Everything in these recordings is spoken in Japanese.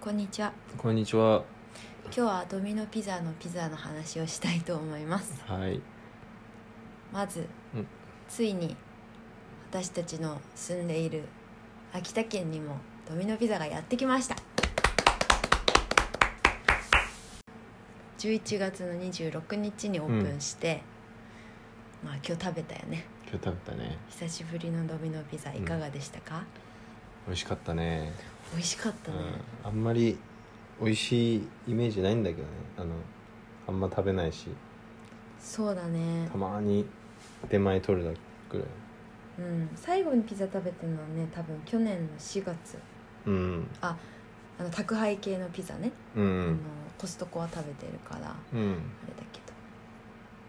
こんにちはこんにちは。今日はドミノピザのピザの話をしたいと思いますはい。まず、うんついに私たちの住んでいる秋田県にもドミノピザがやってきました11月の26日にオープンして、まあ今日食べたよね今日食べたね。久しぶりのドミノピザいかがでしたか、美味しかったね。美味しかったね、うん。あんまり美味しいイメージないんだけどね。あのあんま食べないし、そうだねたまに出前取るだけぐらい。うん最後にピザ食べてるのはね多分去年の4月うん。あの宅配系のピザね、うあのん。コストコは食べてるからあうん。れだけ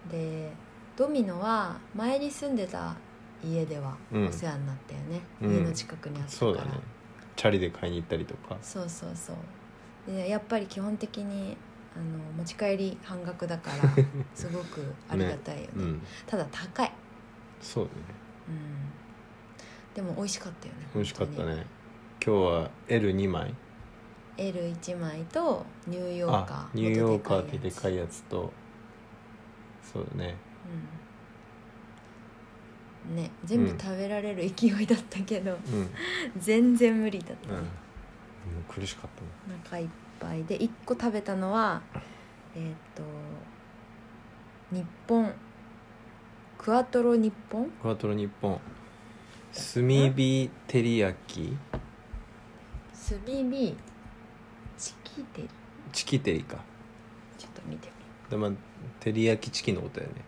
どでドミノは前に住んでた家ではうんお世話になったよね、うん家の近くにあったから、そうだね。チャリで買いに行ったりとか。そうそうそうでやっぱり基本的にあの持ち帰り半額だから すごくありがたいよねうん。ただ高い、そうだね。うん、でも美味しかったよね美味しかった本ね。今日は L2 枚当に L1 枚とニューヨーカあーニューヨーカーって元でかいやつとそうだねうんね全部食べられる勢いだったけど、 うん、うん、全然無理だった、ねもう苦しかったねお腹いっぱいで1個食べたのはえーっ、と日本クアトロ日本クワトロ日本炭火照り焼きスビビチキテリチキテリかちょっと見てでまあ照り焼きチキンのことだよね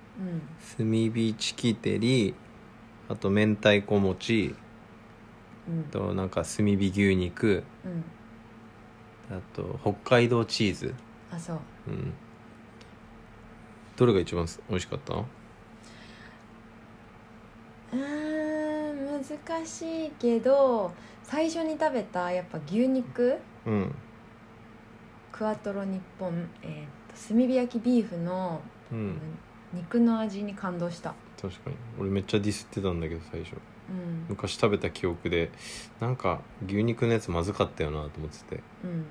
みる炭火チキテリあと明太子餅うんあとなんか炭火牛肉うんうんあと北海道チーズあそううんどれが一番す美味しかったうーん難しいけど最初に食べたやっぱ牛肉うんクアトロ日本、えー、と炭火焼きビーフのうん肉の味に感動した確かに俺めっちゃディスってたんだけど最初うん、昔食べた記憶でなんか牛肉のやつまずかったよなと思っててうん、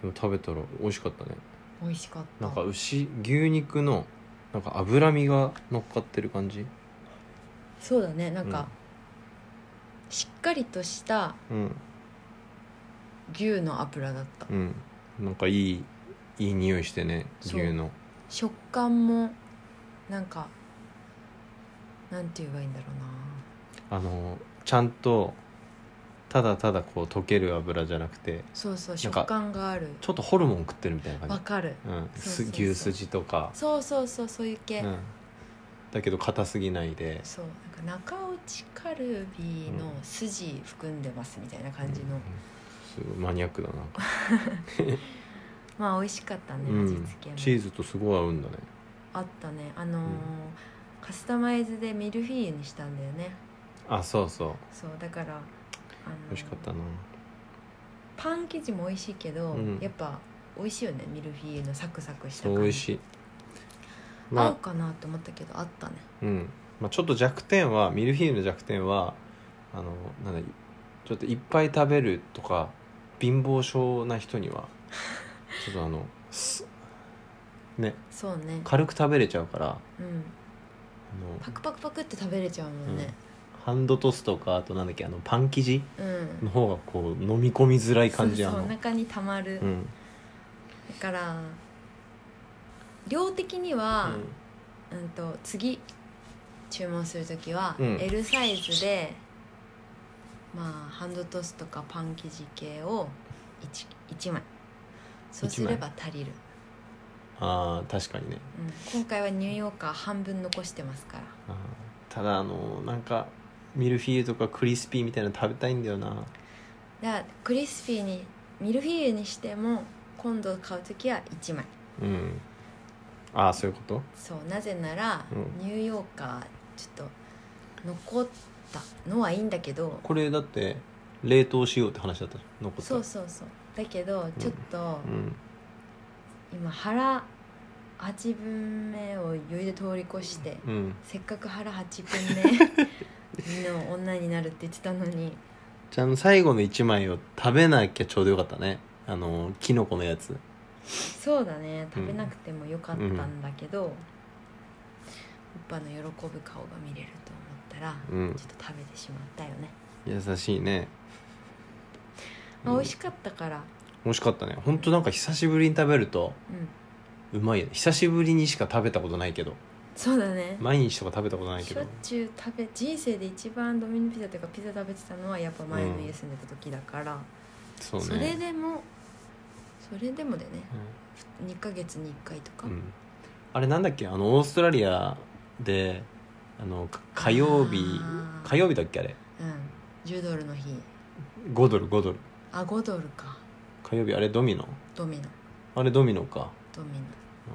でも食べたら美味しかったね美味しかったなんか牛牛肉のなんか脂身が乗っかってる感じそうだねなんか、しっかりとしたうん牛の油だったうんなんかいいいい匂いしてねそう牛の食感もなんかなんて言えばいいんだろうなあのちゃんとただただこう溶ける油じゃなくてそうそうなん食か感があるちょっとホルモン食ってるみたいなわ感じ、かるうん、そうそうすそう牛すじとか、そうそうそうそういう系、うん、だけど硬すぎないでそうなんか中落ちカルビの筋含んでますみたいな感じの、うんすごいマニアックだな、まあ美味しかったね、う味ん付けも、チーズとすごい合うんだねあったねあのーうんカスタマイズでミルフィーユにしたんだよねあそうそうそうだから、あのー美味しかったなパン生地も美味しいけど、うんやっぱ美味しいよねミルフィーユのサクサクしたそう美味しいま合あうかなと思ったけどあったねうんまあ、ちょっと弱点はミルフィーユの弱点はあのなんだちょっといっぱい食べるとか貧乏症な人 にはちょっとあのすねそうね、軽く食べれちゃうからあうん、のパクパクパクって食べれちゃうもんねハンドトスとかあとなんだっけあのパン生地うん、の方がこう飲み込みづらい感じそあうそうのお腹にたまる、うだんから量的にうは、んうんと次注文する時はうん L サイズで、まあハンドトスとかパン生地系を 1, 一枚そうすれば足りる、あー確かにねうん、今回はニューヨーカー半分残してますからあーただあのなんかミルフィーユとかクリスピーみたいなの食べたいんだよなだからクリスピーにミルフィーユにしても今度買う時は1枚うんああそういうことそうなぜなら、うニューヨーカーちょっと残ったのはいいんだけどこれだって冷凍しようって話だったじゃん残ったそうそうそうだけどちょっと、うん今腹8分目を余裕で通り越して、うんせっかく腹8分目の女になるって言ってたのにじゃああの最後の1枚を食べなきゃちょうどよかったねあのキノコのやつそうだね食べなくてもよかったんだけど、おっぱの喜ぶ顔が見れると思ったら、うんちょっと食べてしまったよね、優しいねまあ、うん美味しかったから美味しかったねほんとなんか久しぶりに食べるとうんうまいよね久しぶりにしか食べたことないけどそうだね毎日とか食べたことないけしょどっちゅう食べ人生で一番ドミノピザというかピザ食べてたのはやっぱ前の家住んでた時だから、そそうれねでもそれでもだよね2ヶ月に1回とか、うんうんあれなんだっけあのオーストラリアであのか火曜日あー火曜日だっけあれうん、10ドルの日5ドル5ドルあ5ドルか火曜日あれドミノドミノあれドミノかドミノ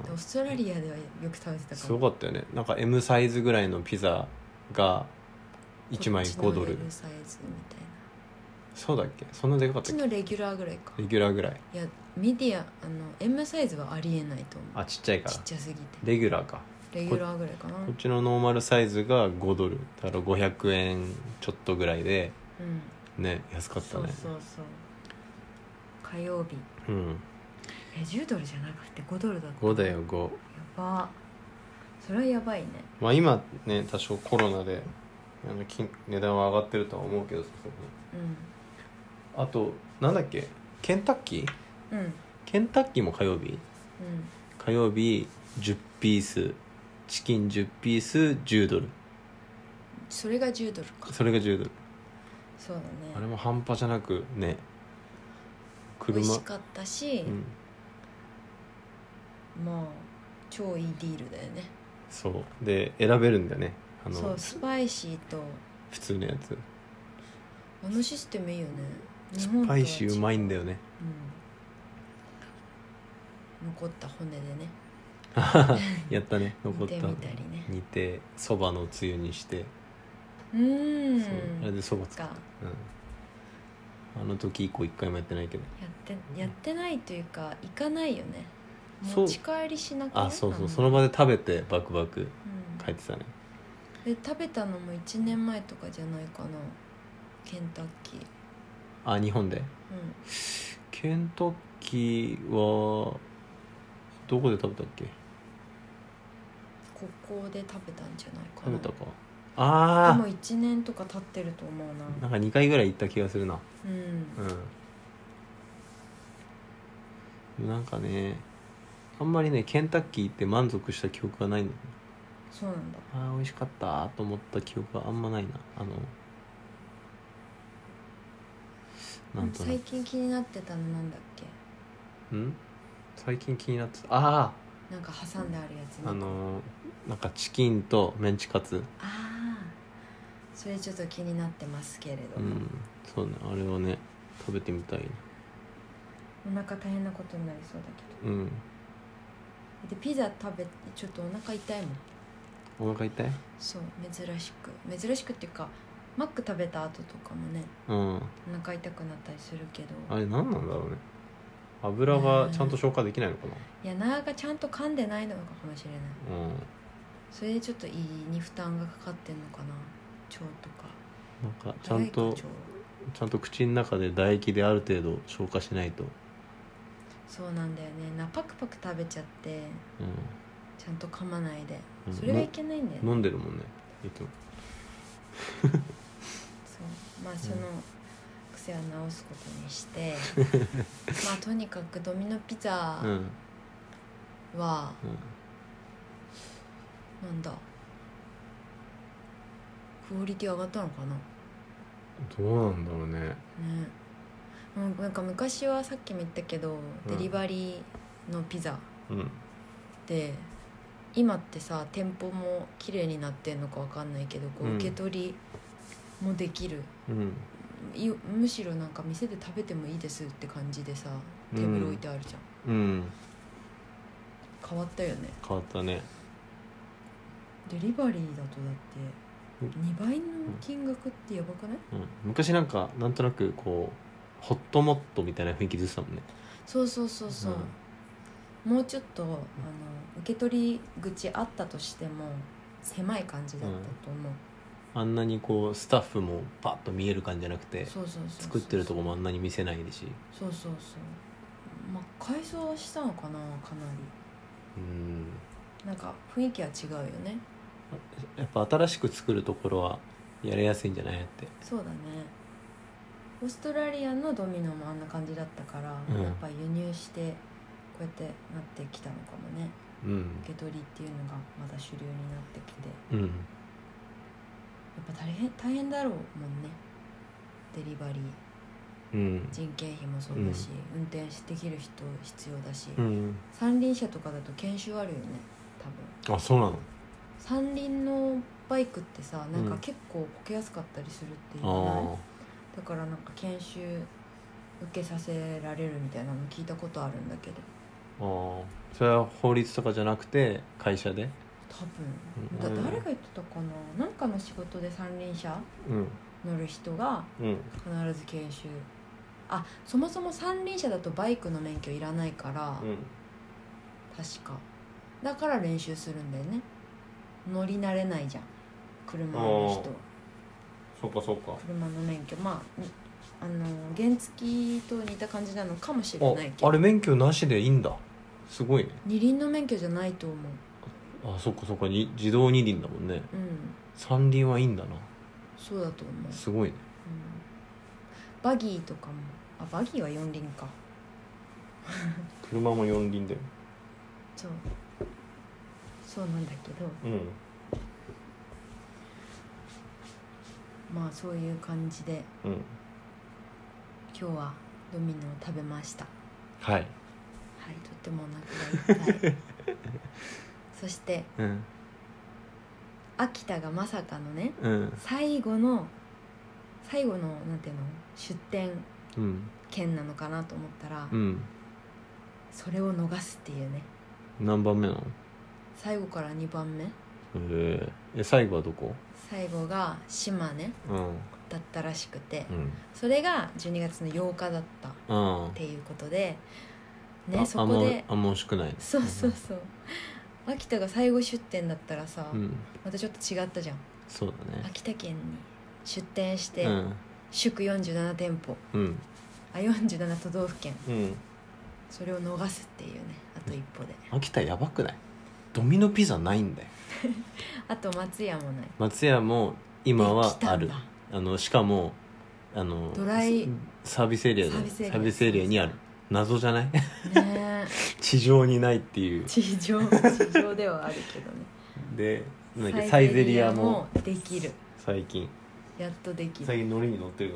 うんでオーストラリアではよく食べてたすかもごかったよねなんか M サイズぐらいのピザが1枚こ5っちのドル L サイズみたいなそうだっけそんなでかかっこったちっけのレギュラーぐらいかレギュラーぐらいいやミディアあの M サイズはありえないと思うあちっちゃいかちらっちゃすぎてレギュラーかレギュラーぐらいかなこっちのノーマルサイズが5ドルだから500円ちょっとぐらいでうんね安かったそうねそうそう火曜日うんえ10ドルじゃなくて5ドルだった5だよ5やばそれはやばいねまあ今ね多少コロナであの金値段は上がってるとは思うけどさすがにうあとなんだっけケンタッキーんうんケンタッキーも火曜日火曜日10ピースチキン10ピース10ドルうんそれが10ドルかそれが10ドルそうだねあれも半端じゃなくね美味車しかったし、うんまあ超いいディールだよねそうで選べるんだよねあそうのスパイシーと普通のやつあのシステムいいよねス日本とパは違イシーうまいんだよねうん、残った骨でねやっ たね煮残ってたみたりね煮てそばのつゆにして、うーんそうあれでそばつかやうん、あの時以降一回もやってないけどってやってないというか行かないよねそう持ち帰りしなくないあそうそんうまその場で食べてバクバク帰ってたねうん、で食べたのも1年前とかじゃないかなケンタッキーあ日本でうんケンタッキーはどこで食べたっけここで食べたんじゃないか食なべたかでああも1年とか経ってると思うななんか2回ぐらい行った気がするなうんうんなんかねあんまりねケンタッキー行って満足した記憶がないんだよねそうなんだあー美味しかったと思った記憶はあんまないなあのなんとな最近気になってたのなんだっけくん最近気になってたあなんか挟んであるやつねああのーなんかチキンとメンチカツああそれちょっと気になってますけれどうも、んそうねあれはね食べてみたいねお腹大変なことになりそうだけうんどでピザ食べてちょっとお腹痛いもんお腹痛いそう珍しく珍しくっていうかマック食べた後とかもねうんお腹痛くなったりするけどあれ何なんだろうね油がちゃんと消化できないのかな、いやながちゃんと噛んでないのかもしれないうんそれでちょっと胃に負担がかかってんのかな腸とかなんかちゃん早いとか腸ちゃんと口の中で唾液である程度消化しないと、そうなんだよねなパクパク食べちゃってうちゃんと噛まないでうんそれがいけないんだよねん、飲んでるもんねいつもそうまあその癖は直すことにして まあとにかくドミノピザうんうんは、なんだクオリティ上がったのかなどうなんだろうねねもうなんか昔はさっきも言ったけど、うんデリバリーのピザうんで今ってさ店舗も綺麗になってんのかわかんないけどこううん受け取りもできる、うんいむしろなんか店で食べてもいいですって感じでさうんテーブル置いてあるじゃん、うん変わったよね変わったねデリバリーだとだって2倍の金額ってやばくないうん、昔なんかなんとなくこうホットモットみたいな雰囲気出てたもんねそうそうそうそう、もうちょっとあの受け取り口あったとしても狭い感じだったと思う、あんなにこうスタッフもパッと見える感じじゃなくてそうそうそうそう作ってるとこもあんなに見せないしそうそうそうまあ、改装したのかなかなうんりなんか雰囲気は違うよねやっぱ新しく作るところはやりやすいんじゃないってそうだねオーストラリアのドミノもあんな感じだったから、うんやっぱ輸入してこうやってなってきたのかもねうん受け取りっていうのがまだ主流になってきてやうんっぱ大変大変だろうもんねデリバリーうん人件費もそうだし、運転できる人必要だし、うん三輪車とかだと研修あるよね多分あそうなの三輪のバイクってさなんかうん結構こけやすかったりするっていうかねあだからなんか研修受けさせられるみたいなの聞いたことあるんだけどーあーそれは法律とかじゃなくて会社で多うん分だ誰が言ってたかななんかの仕事で三輪車うん乗る人がうん必ず研修あそもそも三輪車だとバイクの免許いらないから、うん確かだから練習するんだよね乗り慣れないじゃん車の人あそうかそうか車の免許まあにあの原付と似た感じなのかもしれないけあどあれ免許なしでいいんだすごいね二輪の免許じゃないと思うあそっかそっかに自動二輪だもんねうん三輪はいいんだなそうだと思う、うん、すごいねバギーとかもあバギーは四輪か車も四輪だよそうそうなんだけどうんまあそういう感じでうん今日はドミノを食べましたはいはい、とってもお腹がいっぱい そしてうん秋田がまさかのねうん最後の最後のなんていうの出店うん県なのかなと思ったら、うんそれを逃すっていうね何番目なの最後から2番目ええ最後はどこ最後が島根うんだったらしくて、うんそれが12月の8日だったっあていうことであねそこあんまであんま惜しくないそうそうそう秋田が最後出店だったらさ、うんまたちょっと違ったじゃんそうだね秋田県に出店して、うん祝47店舗うんあ47都道府県うんそれを逃すっていうねあと一歩で秋田やばくないドミノピザないんだよあと松屋もない松屋も今ではきたあんるだあのしかもあのドライサービスエリアでサービスエリアサービスエリアにある謎じゃない ねえ地上にないっていう地上地上ではあるけどねでなんだっけサイゼリアもできる最近やっとでき最る近ノリに乗ってる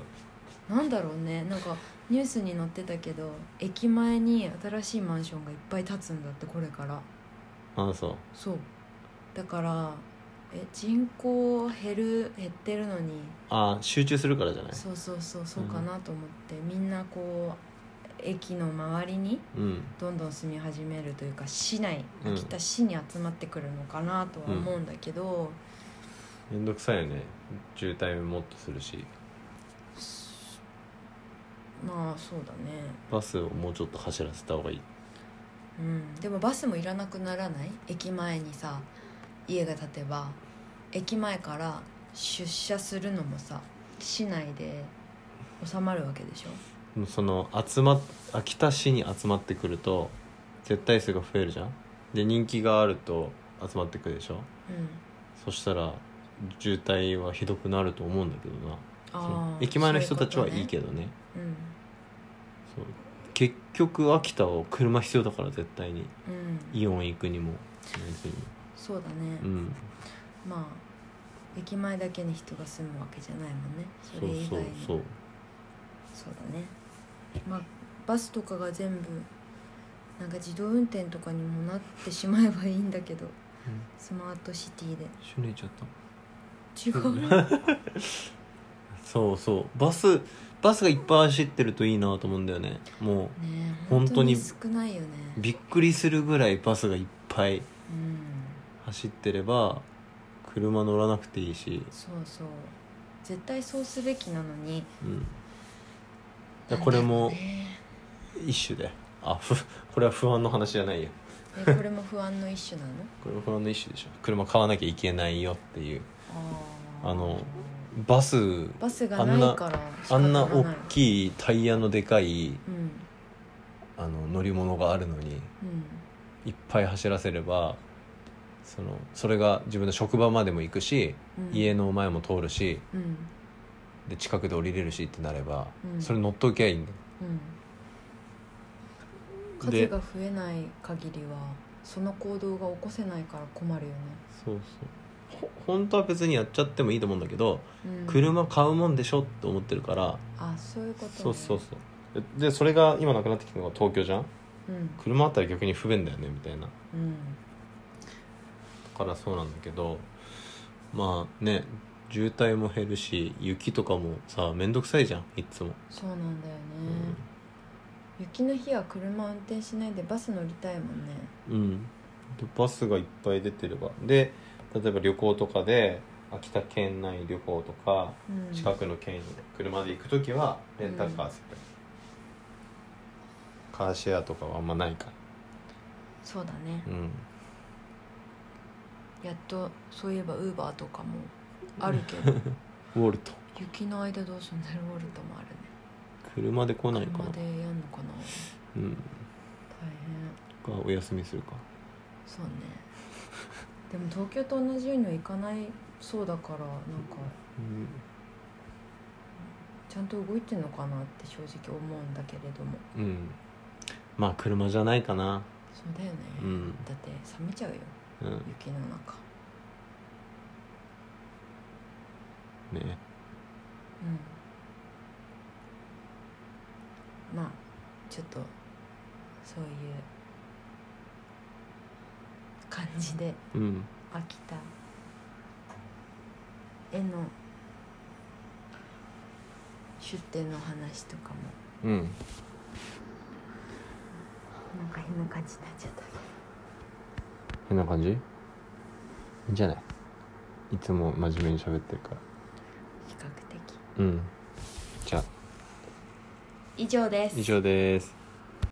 かなんだろうねなんかニュースに載ってたけど駅前に新しいマンションがいっぱい建つんだってこれかららあそうそうだからえ人口減る減ってるのにあ集中するからじゃないそうそうそうそうかなと思って、みんなこう駅の周りにうんどんどん住み始めるというか市内うん秋田市に集まってくるのかなとは思うんだけど、めんどくさいよね渋滞ももっとするしまあそうだねバスをもうちょっと走らせた方がいいうんでもバスもいらなくならない駅前にさ家が建てば駅前から出社するのもさ市内で収まるわけでしょもうその集まっ秋田市に集まってくると絶対数が増えるじゃんで人気があると集まってくるでしょうんそしたら渋滞はひどくなると思うんだけどなそのあー駅前の人たちそうはうことねいいけどねうんそう結局秋田は車必要だから絶対にうんイオン行くにも何するにもそうだね、うんまあ駅前だけに人が住むわけじゃないもんねそそれう以そ外うにそそううだねまあバスとかが全部なんか自動運転とかにもなってしまえばいいんだけどスマートシティで一緒に寝ちゃった違うそうそうバスバスがいっぱい走ってるといいなと思うんだよねもねえ本当に少ないよねうびっくりするぐらいバスがいっぱいうん走ってれば車乗らなくていいし、そうそう絶対そうすべきなのにうん、だからこれもなんだろうね一種であふ これは不安の話じゃないよ えこれも不安の一種なのこれは不安の一種でしょ車買わなきゃいけないよっていうあーあのバスバスがないから仕方あがんないな大きいタイヤのでかういんあの乗り物があるのにうんいっぱい走らせればそのそれが自分の職場までも行くし、うん家の前も通るしうんで近くで降りれるしってなれば、うんそれ乗っときゃいいんだようんで数が増えない限りはその行動が起こせないから困るよね、そうそうほ本当は別にやっちゃってもいいと思うんだけど、うん、車買うもんでしょって思ってるから、あそういうこと、ね、そうそうそうででそれが今なくなってきたのが東京じゃんうん車あったら逆に不便だよねみたいなだうんからそうなんだけどまあね渋滞も減るし雪とかもさ面倒くさいじゃんいつも、そうなんだよね、うん雪の日は車運転しないでバス乗りたいもんねうん、でバスがいっぱい出てればで例えば旅行とかで秋田県内旅行とかうん近くの県に車で行く時はレンタカーする、カーシェアとかはあんまないかそうだねら、うん、やっとそういえばウーバーとかもあるけ どウォルト雪の間どうすんだろうウォルトもあるね車で来ないかな車でやんのかなうんか大変お休みするかそうねでも東京と同じようにはいかないそうだからなんかうんちゃんと動いてんのかなって正直思うんだけれどもうんまあ車じゃないかなそうだよね、うんだって冷めちゃうようん雪の中ねうんまあちょっとそういう感じでうん秋田への出店の話とかもうんなんか変な感じになっちゃったけど変な感じいいんじゃないいつも真面目に喋ってるから比較的うんじゃあ以上です以上です